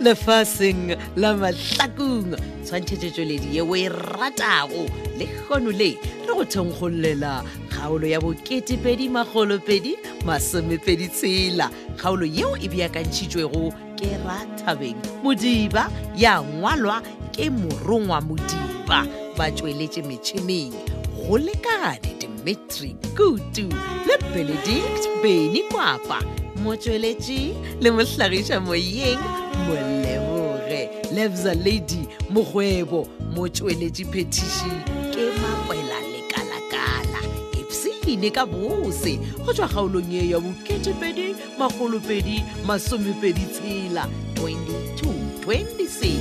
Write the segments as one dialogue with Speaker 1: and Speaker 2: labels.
Speaker 1: lefaseng la mahlakong tshwantšhetšetšoledi yeo e ratago le kgono le re go thenkgollela kgaolo ya bo2edi magolopedi masomepedi tshela kgaolo yeo e beakantšhitšwego ke rathabeng modiba ya ngwalwa ke morongwa modiba ba tšweletše metšhineng go lekane dimitri kutu le benedict beny kwapa motsweletši le mohlagiša moyeng moleboge lebza lady mokgwebo motsweletši phetiši ke makwela lekalakala epsene ka bose go tswa kgaolong e ya boketepedi magolopedi masomepedi tshela 22 26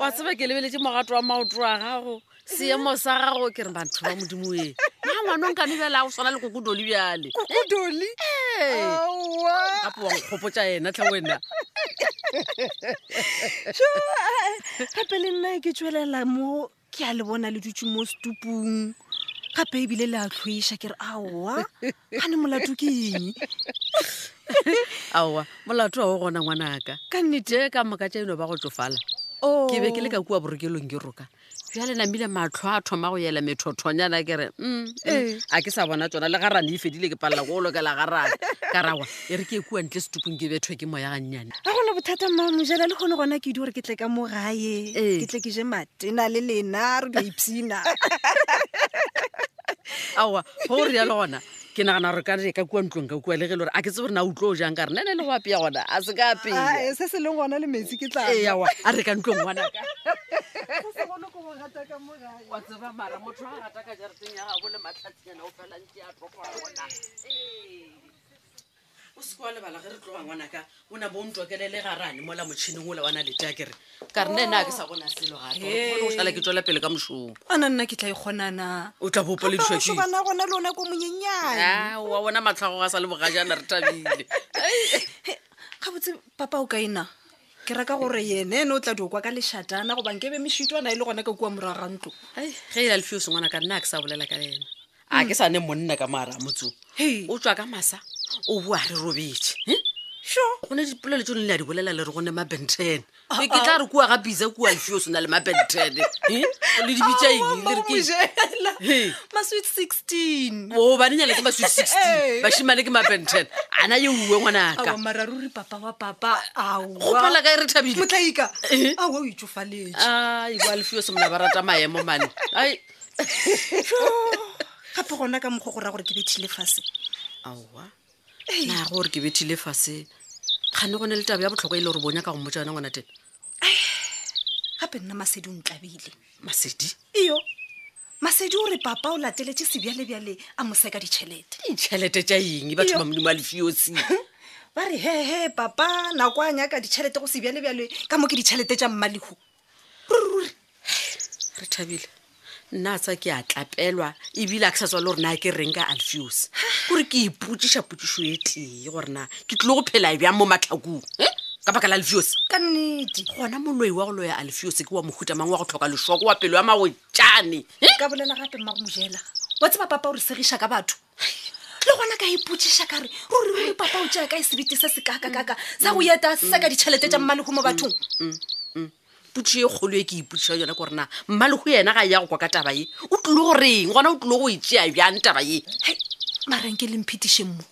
Speaker 2: wa tseba ke lebeletse mogato wa maoto a gago seemo sa gago ke re batho ba modimo e na ngwana o nkane bela go tshwana le kokodoli bjale
Speaker 3: kodoli
Speaker 2: Ee, gape wa nkgopotsa ena tlha wena
Speaker 3: gape le nna ke tswelela mo ke a le bona le dutse mo setupung gape ebile le a tlhoiša ke re aowa gane molato ke eng
Speaker 2: aowa molato wa o gona ngwanaka ka nnete e ka moka tša eno ba go tsofala ke
Speaker 3: Oh,
Speaker 2: be ke le ka kua borokelong ke roka bjale namile matlho a thoma go ela methothonyana ke re mm, mm, a ke sa bona tsona le garane e fedile ke palela go o lokela garane ka rawa e re ke e kua ntle setupong ke bethwe ke moya gannyane
Speaker 3: a gona bothata mamojala le kgone gona ke di gore ke tle ka mo gae
Speaker 2: Ee.
Speaker 3: ke tle ke je matena le lena re dio ipsina
Speaker 2: aowa go o rialo gona ke nagana gore ka re ka kua ntlong ka kua le ge le gore a ke tse gore na utlwo o jang ka re nene le go apea gona a se ka apea
Speaker 3: se se leng gona le metsi ke tla
Speaker 2: ee aowa a re ka ntlong ngwanaka
Speaker 3: se gone go go gata ka mo gae
Speaker 2: wa tseba mara motho a rata ka jarateng ya gabo le matlhatsinyana o felantse a tlogoa gona o se kwa lebala ge re tloga ngwanaka o na bo o ntokelele garane mola motšhining ola wana letea kere ka re nne ena a ke sa bona selo gape o tlala ke tswela pele ka mošomo
Speaker 3: ana nna ke tla e kgonana
Speaker 2: o tla bopolediswa ke
Speaker 3: bana gona le ona ko monyenyane
Speaker 2: wa bona matlhago ga sa le bogajana re tabile
Speaker 3: ga botse papa o ka ena ke raka gore yene ene o tla di o kwa ka lešatana gobang ke be mešitwana e le gona ka kua moraga ntlo
Speaker 2: Ai, ge e la lefio sengwana ka nna a ke sa bolela ka ena a ke sa ne monna ka maara motsong
Speaker 3: Hei.
Speaker 2: o tswa ka masa o boa re robetse
Speaker 3: sure
Speaker 2: go ne dipolelo tse o ne le a di bolela le re go ne mabenten ke ke tla re kua ga bisa kua lefio se na le mabenten le dibitsa eng Le re ke eng? Hei.
Speaker 3: masweet sixteen
Speaker 2: o banenyana ke maswe sixteen
Speaker 3: Ee.
Speaker 2: bashimane ke mabenten a na ye uwe
Speaker 3: aa
Speaker 2: ngwanaka
Speaker 3: mararuri papa wa papa
Speaker 2: gopala
Speaker 3: aoa
Speaker 2: ka e re thabile
Speaker 3: motlaika
Speaker 2: Eh. Ah.
Speaker 3: aowa o itsofaletse
Speaker 2: a ikwa lefio se mona ba rata maemo mane ai
Speaker 3: gape gona ka mokgwa go raya gore ke bethile fase
Speaker 2: aowa na gore ke bethile fase kgane go ne le taba ya botlhokwa e le gore bonya ka go mmotsa yona ngwana tena
Speaker 3: gape nna masedi o ntlabile
Speaker 2: masedi
Speaker 3: iyo masedi o re papa o lateletse sebjalebjale a moseka ditšhelete
Speaker 2: ditšhelete tša eng batho
Speaker 3: Iyo.
Speaker 2: ba modimo a lefiosi
Speaker 3: ba re hehe papa nako a nyaka ditšhelete go sebjalebjale ka mo ke ditšhelete tša mmalehu
Speaker 2: re thabile nna a tsa ke a tlapelwa ebile a ke sa tswa le gore na ke reng ka alfeos kore ke ipotsiša potsišo e tee gore na ke tlile go phela e bjang mo matlhakong eh? ka baka la alfeos
Speaker 3: ka nnete
Speaker 2: gona moloi wa go loya alfeos ke wa mohutamang wa go tlhoka lesoko wa pelo ya maotjane Eh?
Speaker 3: ka bolela gape mma go mojela wa tseba papa o re segiša ka batho le gona ka ipotsiša ka re ruri ruri papa o tšea ka e sebete se se kakakaka sa go eta se ka ditšhelete tša mmalehu mo bathong
Speaker 2: potso e kgolo e ke ipotsiša yona ke gore na mmalego yena ga ya go kwa ka taba ye o tlile goreng gona o tlile go e tšea bjang taba ye
Speaker 3: hei marenke le mphetišeng mo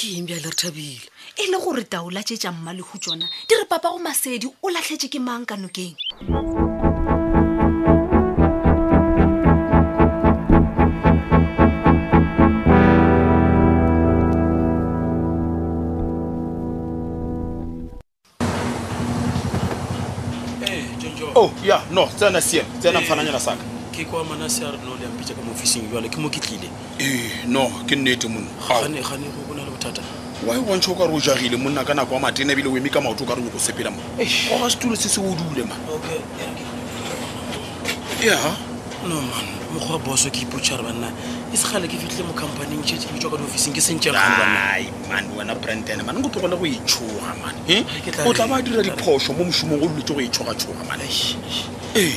Speaker 2: ke eng bjale re thabile
Speaker 3: e le gore taola tše tša mmalehu tsona di re papa go masedi o latlhetse ke mang ka nokeng
Speaker 4: Eh,
Speaker 5: oh ya no tsena siem tsena mfananyana saka
Speaker 4: ke kwa manase a re no le ampitsa ka mo ofising jale ke mo ke tlile
Speaker 5: ee no ke nnete monna Ao,
Speaker 4: gane gane go bona le bothata
Speaker 5: why wantšha o ka re o jagile monna ka nako ya matena ebile o eme ka maoto o ka re o ko sepela mo goga setulo se se o dule ma
Speaker 4: okay
Speaker 5: ya
Speaker 4: no man mokgwa boso ke ipotša re banna e segale ke fitlhile mo companing tšhee ke tswa ka diofising ke sentše gane banna
Speaker 5: ai man wena branden man nko tlogele go etshoga man Eh?
Speaker 4: Ke tla
Speaker 5: o tla ba
Speaker 4: reng?
Speaker 5: dira
Speaker 4: Ke tla-
Speaker 5: diphoso mo mošomong o duletse go etshogatshoga man ee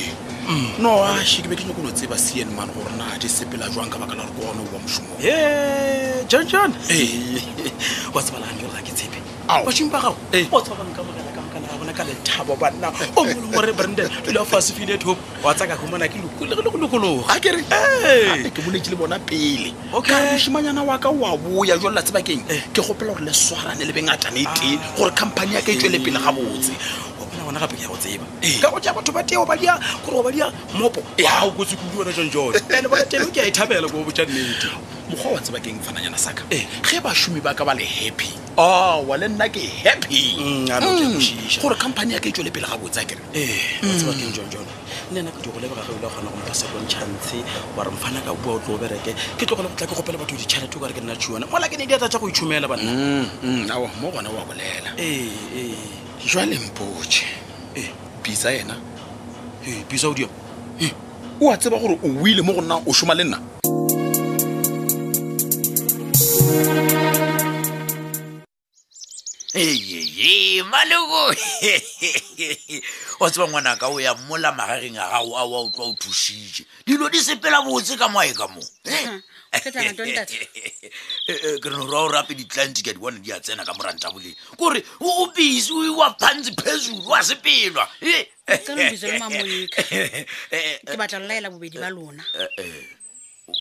Speaker 5: no ashe ke be ke nyako no tseba cn man gore na di sepela jwang ka baka la gore ke gone oa mošomong
Speaker 4: e john john
Speaker 5: Ee.
Speaker 4: wa tsebalagane jalo ga ke tshepe
Speaker 5: Ao.
Speaker 4: bašong ba gago
Speaker 5: Ee.
Speaker 4: o tseba banka mogala ka mokana ya bona ka lethabo banna o moleng gore branden dula fasefile thopo wa tsaka humana ke lokologolokologa
Speaker 5: ga kere gape ke moletse le bona pele
Speaker 4: Okay.
Speaker 5: ka mošimanyana wa ka oa boya jolola tsebakeng
Speaker 4: Eh.
Speaker 5: ke gopela gore le swarane le bengatane tee
Speaker 4: Ah.
Speaker 5: gore company ya ka e tswele pele ga botse
Speaker 4: opela gona gape ke ya go tseba
Speaker 5: Ee.
Speaker 4: ka go ja batho ba teo ba dia kore go ba dia mopo a o kotse kudu wena john john
Speaker 5: Eh,
Speaker 4: ande bona teo ke a e thabela ko botja nnete
Speaker 5: mokgwa wa tsebakeng fananyana saka
Speaker 4: Eh.
Speaker 5: ge bašomi ba ka ba le happy awa Ah, le nna ke happy
Speaker 4: Mm, ano ke a
Speaker 5: Mm.
Speaker 4: kwešiša.
Speaker 5: gore company ya ka e tswele pele ga botse a kere
Speaker 4: ee wa tseba
Speaker 3: Mm.
Speaker 4: keng john john le ena ke tlogo lebega ge o ile kgona go mpa second chance wa re mfana ka bua o tlo o bereke ke tlogole go tla ke gopele batho ditšhelete o ka re ke nna tšhiona mola ke ne di ata tša go itšhomela banna
Speaker 5: awa Mm, mo gona wa bolela
Speaker 4: ee ee
Speaker 5: jwale mpotše Eh.
Speaker 4: ee
Speaker 5: bisa ena
Speaker 4: ee bisa odiam
Speaker 5: o a tseba gore o ile mo go nna o šoma le nna
Speaker 6: ee maleko wa tseba ngwanaka o ya mola magareng a gago a wa utlwa o thušitše dilo di sepela botse ka moae ka moo
Speaker 2: Fetang, ntate.
Speaker 6: Eh, eh, ke renora o rape ditlanti ka di bona di a tsena ka morantaboleng kore o o busy o iwa phantsi phezulu wa sepelwa Eh.
Speaker 7: Tsena o busy le mamonika.
Speaker 6: Eh, eh,
Speaker 7: ke batla le laela bobedi ba lona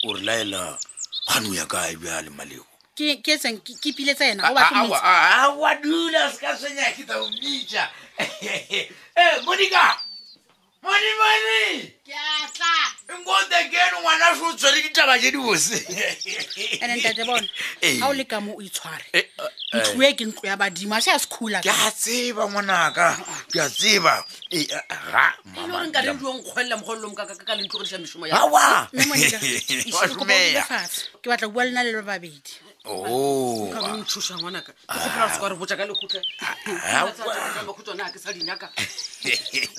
Speaker 6: o re laela kgano ya kae bjale maleko
Speaker 7: ke ke etseng ke ke ipile tsena
Speaker 6: Ah,
Speaker 7: o
Speaker 6: ah,
Speaker 7: batle
Speaker 6: ah,
Speaker 7: motse
Speaker 6: ah, ah, wa dula se ka tshwenya ke tla o bitša Eh, monica mone mone nkote keno ngwana se o tshwere ditaba tse di bose
Speaker 7: and ntate bona
Speaker 6: Ee.
Speaker 7: ga o le ka mo o itshware
Speaker 6: Eh, eh, eh,
Speaker 7: ntlo e ke ntlo ya badimo a se ya sekhula
Speaker 6: ke a tseba ngwanaka ke a tseba Eh, ah, ah,
Speaker 2: e le
Speaker 6: mama,
Speaker 2: goreng ka lentlo nkgolela mogololo mokakaka ka lentlo go disa mešomo ya
Speaker 6: awa Wa rumeya.
Speaker 7: fatshe ke batla go bua lena le le babedi
Speaker 6: Oh,
Speaker 2: ka bontšhoša ngwanaka ke gopela re se ka re botsa ka lekgutla
Speaker 6: ah,
Speaker 2: makhutswane a ke sa dinyaka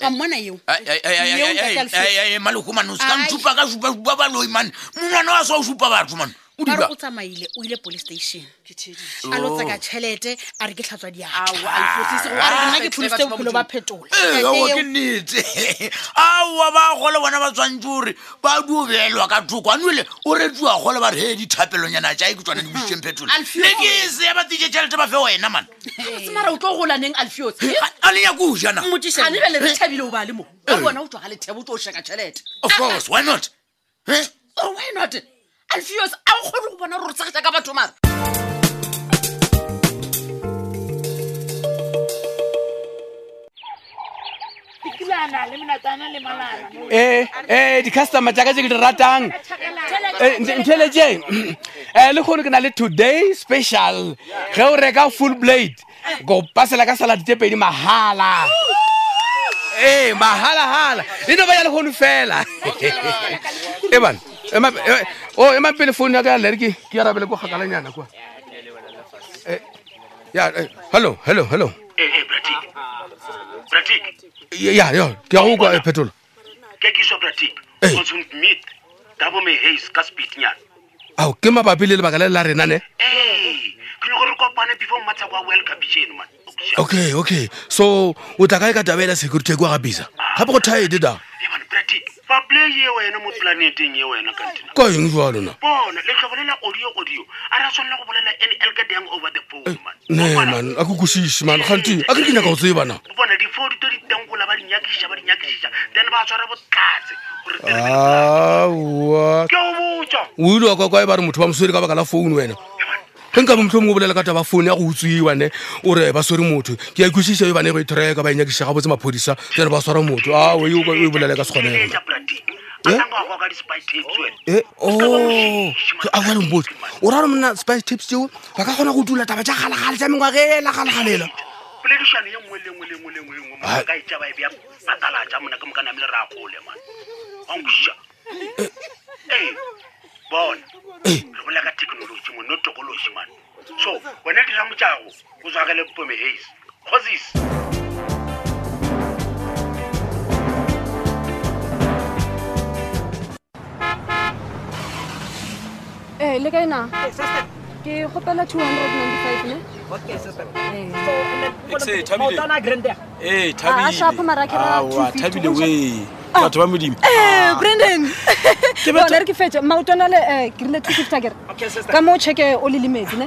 Speaker 7: a mmona eo
Speaker 6: Ai, ai, ai, ai,
Speaker 7: Leo
Speaker 6: ai, ai,
Speaker 7: ntate
Speaker 6: ai, ai, ai, maloko mane o se ka
Speaker 7: Ai.
Speaker 6: nthupa ka supa baloi mane mongwana wa se o supa batho mane o
Speaker 7: ba re
Speaker 6: diba
Speaker 7: o tsamaile o ile police station
Speaker 2: ke thedi
Speaker 7: a lo
Speaker 6: Oh.
Speaker 7: tsaka tšhelete a re ke tlhatswa diatla
Speaker 2: Aowa, a ifotlise gore-
Speaker 7: a re nna ke
Speaker 2: Ba
Speaker 7: pholiste
Speaker 2: tseba
Speaker 7: bophelo
Speaker 2: Modimo.
Speaker 7: ba phetola
Speaker 6: Ee,
Speaker 7: Ntate
Speaker 6: aowa,
Speaker 7: eo,
Speaker 6: ke nnete aowa ba gole bona ba tshwanetse gore ba dio beelwa ka thoko anele o retsiwa gole ba re he dithapelonyana jae ke tsone di busitseng phetola
Speaker 2: Alfio.
Speaker 6: le ke se ya batije tšhelete ba fe wena mane
Speaker 2: semara o tlo golaneng alfios
Speaker 6: Ga- a le nyako o jana
Speaker 7: Mmotšiše-
Speaker 2: ane bele re thabile o ba le mo ka bona o tswa ga lethebo o tlo o shaka tšhelete
Speaker 6: of course why not Eh?
Speaker 2: Oh, why not alfios a o kgone go bona gore o tshegetsa ka batho mara
Speaker 8: ee Eh, di-customer jaaka tse ke di ratang Eh, ntheletše um le kgone ke na le today special ge o reka full blade ko pasela ka salad tse pedi mahala ee mahalahala e no ba ya le kgone fela e bana o ema pele founu ya ka ya lere ke ke ya rabele ko gakalanyana kwa Eh, ya, eh, hello hello hello
Speaker 9: ee bratik bratik
Speaker 8: ya ya ke ya go kwa eh, phetola
Speaker 9: ke kiswa bratik
Speaker 8: Ee.
Speaker 9: consumed meat dabo me hase ka speednyana
Speaker 8: ao ke mabapi le lebaka le le la rena ne
Speaker 9: ee ke nyoko re kopane before mmatshako a world cup tšeno man
Speaker 8: okay okay so o tla kae ka tabela security kwa ga bisa gape go tide da
Speaker 9: eban bratik fa play ye wena mo planeteng ye wena kantina
Speaker 8: ka eng jwa lona
Speaker 9: bona letlhobo le la audio audio a re a tshwanela go bolela an elgadang over the phone man
Speaker 8: ne
Speaker 9: Bona-
Speaker 8: Eh, man a ke kosiše man gante a ke re ke nyaka go tsebana
Speaker 9: bona difodu to ditankola ba dinyakišiša ba dinyakišiša then ba tshwara botlhatse gore
Speaker 8: Ah. aa
Speaker 9: ke o botsa
Speaker 8: o ile wa kwakwae ba re motho ba moswere ka baka la founu wena ge nka motlho mongwe o bolela ka taba founu ya go utswiwa ne ore ba swere motho ke a ikwešiša e bane ba ithoreka ba enyakiša gabotse maphodisa jane ba swara motho a o e bolele ka Eh? sekgonela
Speaker 9: Eletsa bratik a tanka wa goa ka di-spy tapes wena
Speaker 8: Eh, oh, ke- a jale mbotse o ra re monna spice tips teo ba ka kgona go dula taba ja galegale tsa e mengwagela galegalela
Speaker 9: poledišano ye nngwe le nngwe le nngwe le nngwe le nngwe
Speaker 8: Ai.
Speaker 9: mara ka etša ba e beya patala tša mona ke mokaname le re a kgole man ankoša ee bona
Speaker 8: Eh.
Speaker 9: re bola ka technology mo no technology man so wena diramo tšago o tswagele pome hase kgosis
Speaker 3: e le kae na ke kgopela two hundred ninety five ne
Speaker 5: Exe, Thabile. Ee,
Speaker 3: Ah, sharp mara ke ra
Speaker 5: Aowa,
Speaker 3: 250
Speaker 5: Thabile
Speaker 3: o ja- Ah.
Speaker 5: we batho ba modimo
Speaker 3: Eh, brandon yone re ke fetse maotona le eh, ke rile two fifty akere ka moo checke o le lemetse ne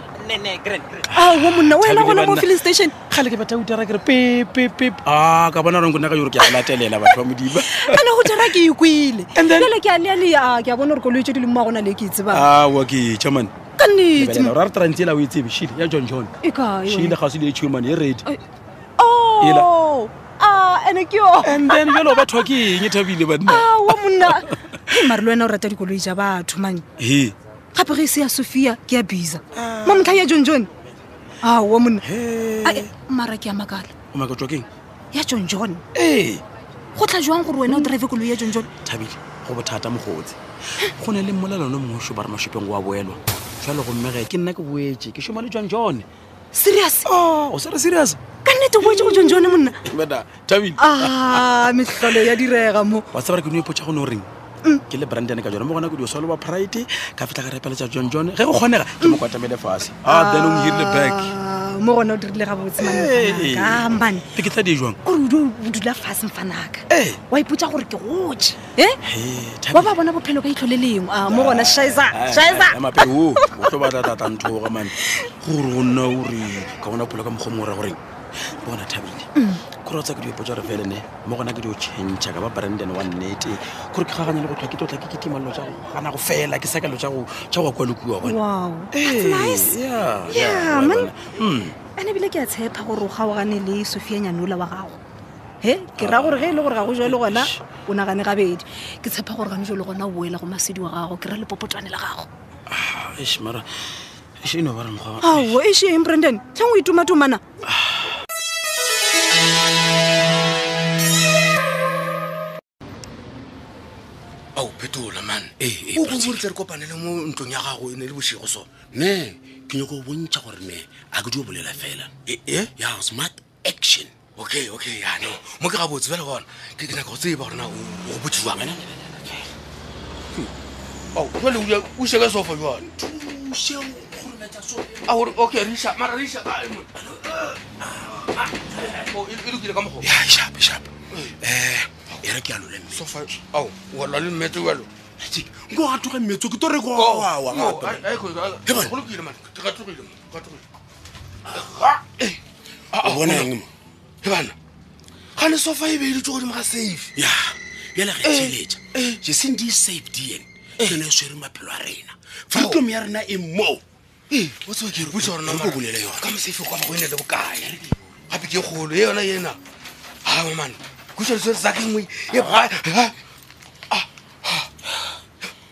Speaker 3: ao Ah, monna o ena
Speaker 5: Thabile
Speaker 3: gona mo
Speaker 5: banna.
Speaker 3: filling station
Speaker 5: kgale ke batla utara kere pepepep a ka bona gore nkonaka yore ke a latelela batho ba modimo
Speaker 3: ana go tera ke ikwile
Speaker 5: And then- Ah.
Speaker 3: jale ke a leale a ke a bona gore koloi tse di leng mo a gona le e ke itsebang
Speaker 5: awa ke chaman
Speaker 3: ka nnetse
Speaker 5: ra re tarantse ela o e tsebe shile ya john john
Speaker 3: e kae
Speaker 5: shile
Speaker 3: yona?
Speaker 5: ga se le echuman e ready Ela.
Speaker 3: oh a ene ke yo
Speaker 5: and then jalo batho ba ke eng e thabile banna
Speaker 3: awa monna e mare le wena o rata dikoloi ja batho mane
Speaker 5: he
Speaker 3: gape ge e se ya sophia ke ya bisa mo ntlha ya john john awa monna Ae, mara ke a makala
Speaker 5: o makatswa keng
Speaker 3: ya john john
Speaker 5: ee
Speaker 3: go tla jwang gore wena o drive koloi ya john john
Speaker 5: thabile go bothata mogotse go ne le mmolelano mmošo ba re mašopeng go a boelwa jalo gomme ge ke nna ke boetse ke šoma le john john Oh,
Speaker 3: serious
Speaker 5: o se re serious
Speaker 3: ka nnete o boetse go john john monna
Speaker 5: bena thabile
Speaker 3: Ah, a metlholo ya direga mo
Speaker 5: wa tseba re ke no epotša go ne o reng ke le brandane ka jone mo gona ko diosalo ba pride ka fitlha ka repeletša john john ge go kgonega ke mo kwatamele fase Ah, a then o mhirile back
Speaker 3: Ah, mo gona o dirile ga Oh
Speaker 5: Ee.
Speaker 3: botseman
Speaker 5: be ke tla di jwang
Speaker 3: gore ah, o dule- o dula fase mfanaka
Speaker 5: Ee.
Speaker 3: wa ipotsa gore ke goje e
Speaker 5: Hei,
Speaker 3: wa
Speaker 5: Thabile.
Speaker 3: ba bona bophelo ka itlho le lengwe a mo gona shaisa shaisa
Speaker 5: Ai, ai, mape o o tlo batla tatanthoga mane gore go nna ore ka bona pholo ka mokgwa mo ra goreng bona thabile kore o tsa ke diopo tsa re felene mo gona ke dio changea ka ba branden wa nnete kore ke gaganya le go tlhwa ke tlotla ke ketimalelo tsa go gana go fela ke sakalo tsa go tsa go a kwalokua bona
Speaker 3: wow that's
Speaker 5: Ee,
Speaker 3: nice
Speaker 5: yeah,
Speaker 3: Yeah,
Speaker 5: yeah, wa
Speaker 3: man.
Speaker 5: bona. Mm.
Speaker 3: ane ebile ke a tshepa gore o gaogane le sophia nyanola wa gago he ke raya gore ge e le gore ga go jale gona o nagane gabedi ke tshepa gore gane jale gona o boela go masedi wa gago ke ra lepopotwane la gago
Speaker 5: Eish, mara eish, eno ba re mokgwa wa-
Speaker 3: ao e sheeng brandon tlhang o itumatumana
Speaker 6: ao phetola man
Speaker 5: Ee, ee,
Speaker 6: o
Speaker 5: Bratse.
Speaker 6: bontse re kopane le mo ntlong ya gago e ne le bosego sone
Speaker 5: ne ke nyako go bontšha gore ne a ke dio bolela fela ya smart action
Speaker 6: okay okay yano mo ke ga botse fela gona ke ke nyaka go tseba gorena o botsiwang jale Oh, o- o sheke sofa jane a gore okay risa mara risa a, e mo- Oh, e- e lokile ka mogo
Speaker 5: ya shape shape um e re ke a lole mme
Speaker 6: sofa ao wala le mmetse walo
Speaker 5: nko ga thoga mmetso ke to re
Speaker 8: Oh,
Speaker 6: Yo,
Speaker 5: koawa
Speaker 6: ai- ai, go- go-
Speaker 5: He bone.
Speaker 6: go lokile man ke ratogile man, ke Eh. Ah, ratogile.
Speaker 8: Eh.
Speaker 5: o bona eng mo
Speaker 6: he bana ga ne sofa e beeditse godimo ga safe
Speaker 5: ya bjale ge
Speaker 6: Eh,
Speaker 5: tšheletša jeseng di safe di ene yone e swere maphelo a rena freedom ya rena e moo
Speaker 6: o tsebe ke re botsa gore
Speaker 5: re
Speaker 6: naka
Speaker 5: tlo bolela yona.
Speaker 6: ka mosefe kwa bago e ne le bokae gape ke kgolo e yona Ah, ena aa mane kutlwadiso tsa ke nngwe e ba- ha? Ah, ah.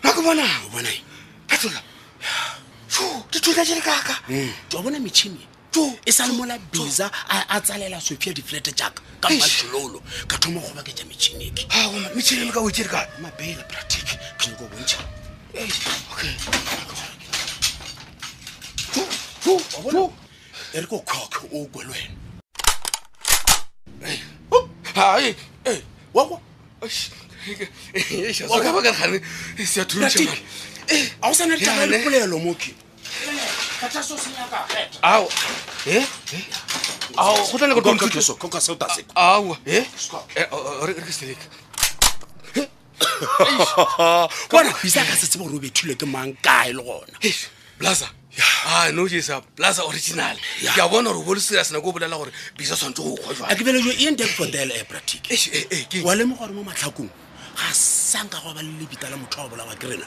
Speaker 6: na ke bona
Speaker 5: o bona eng
Speaker 6: phetola Tjo, ke thula jele kaka
Speaker 5: tso a Mm. bona metšhini
Speaker 6: Tjo,
Speaker 5: e sa le
Speaker 6: tjo,
Speaker 5: mola
Speaker 6: tjo.
Speaker 5: bisa a a tsalela sophia diflete jaaka ka
Speaker 6: Eish.
Speaker 5: matlololo ka thoma go baketša metšhineke
Speaker 6: Ao, man, metšhini le ka oetse le kae
Speaker 5: mabeela pratic ke nyako bontšha
Speaker 6: okay
Speaker 5: e re ko coke o kwe le wena
Speaker 6: hai e
Speaker 5: wawa
Speaker 6: o ka eh, baka gane se a thuntšhe
Speaker 5: pratic
Speaker 6: man
Speaker 5: ga o sana ditaba
Speaker 6: Yana.
Speaker 5: le polelo moke
Speaker 6: ao e ao go tla le go tontoke awa e re ke seleke
Speaker 5: bona bisa ka se tsebe gore o bethilwe ke mang kae le gona
Speaker 6: plaza a no jesa plaza original ke a bona gore o bole serius nako o bolela gore bisa tshwanetse go kgwa
Speaker 5: a ke belejo e ntek for tele e pratic
Speaker 6: jwa
Speaker 5: wa lemoga gore mo matlhakong ga sanka go ba le lebita la motho wa bolawa ke rena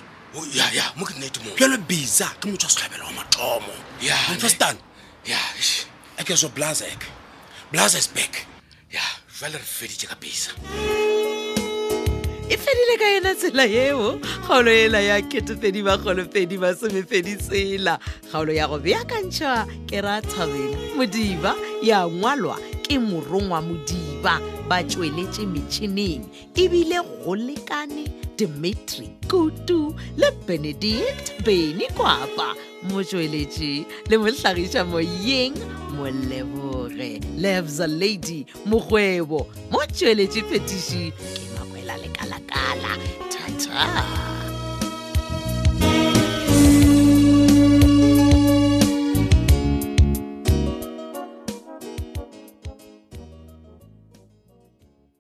Speaker 6: ya mo ke nnete mo
Speaker 5: bjalo bisa ke motho wa setlhabela wa mathomo
Speaker 6: Ya, ne.
Speaker 5: understand
Speaker 6: ya eish.
Speaker 5: a ke so blazek blazes back
Speaker 6: ya jale re feditse ka bisa
Speaker 1: e fedile ka yona tsela eo kgaolo ela ya ketepedi magolopedi masomepedi tsela kgaolo ya go beakantšhwa ke ra thabela modiba ya ngwalwa ke morongwa modiba ba tsweletše metšhineng ebile go lekane dimitri kutu le benedict beny kwapa motsweletše le mohlagiša moyeng molebore lebza lady mokgwebo mo tšweletše phetiši ke makwela lekalakala thata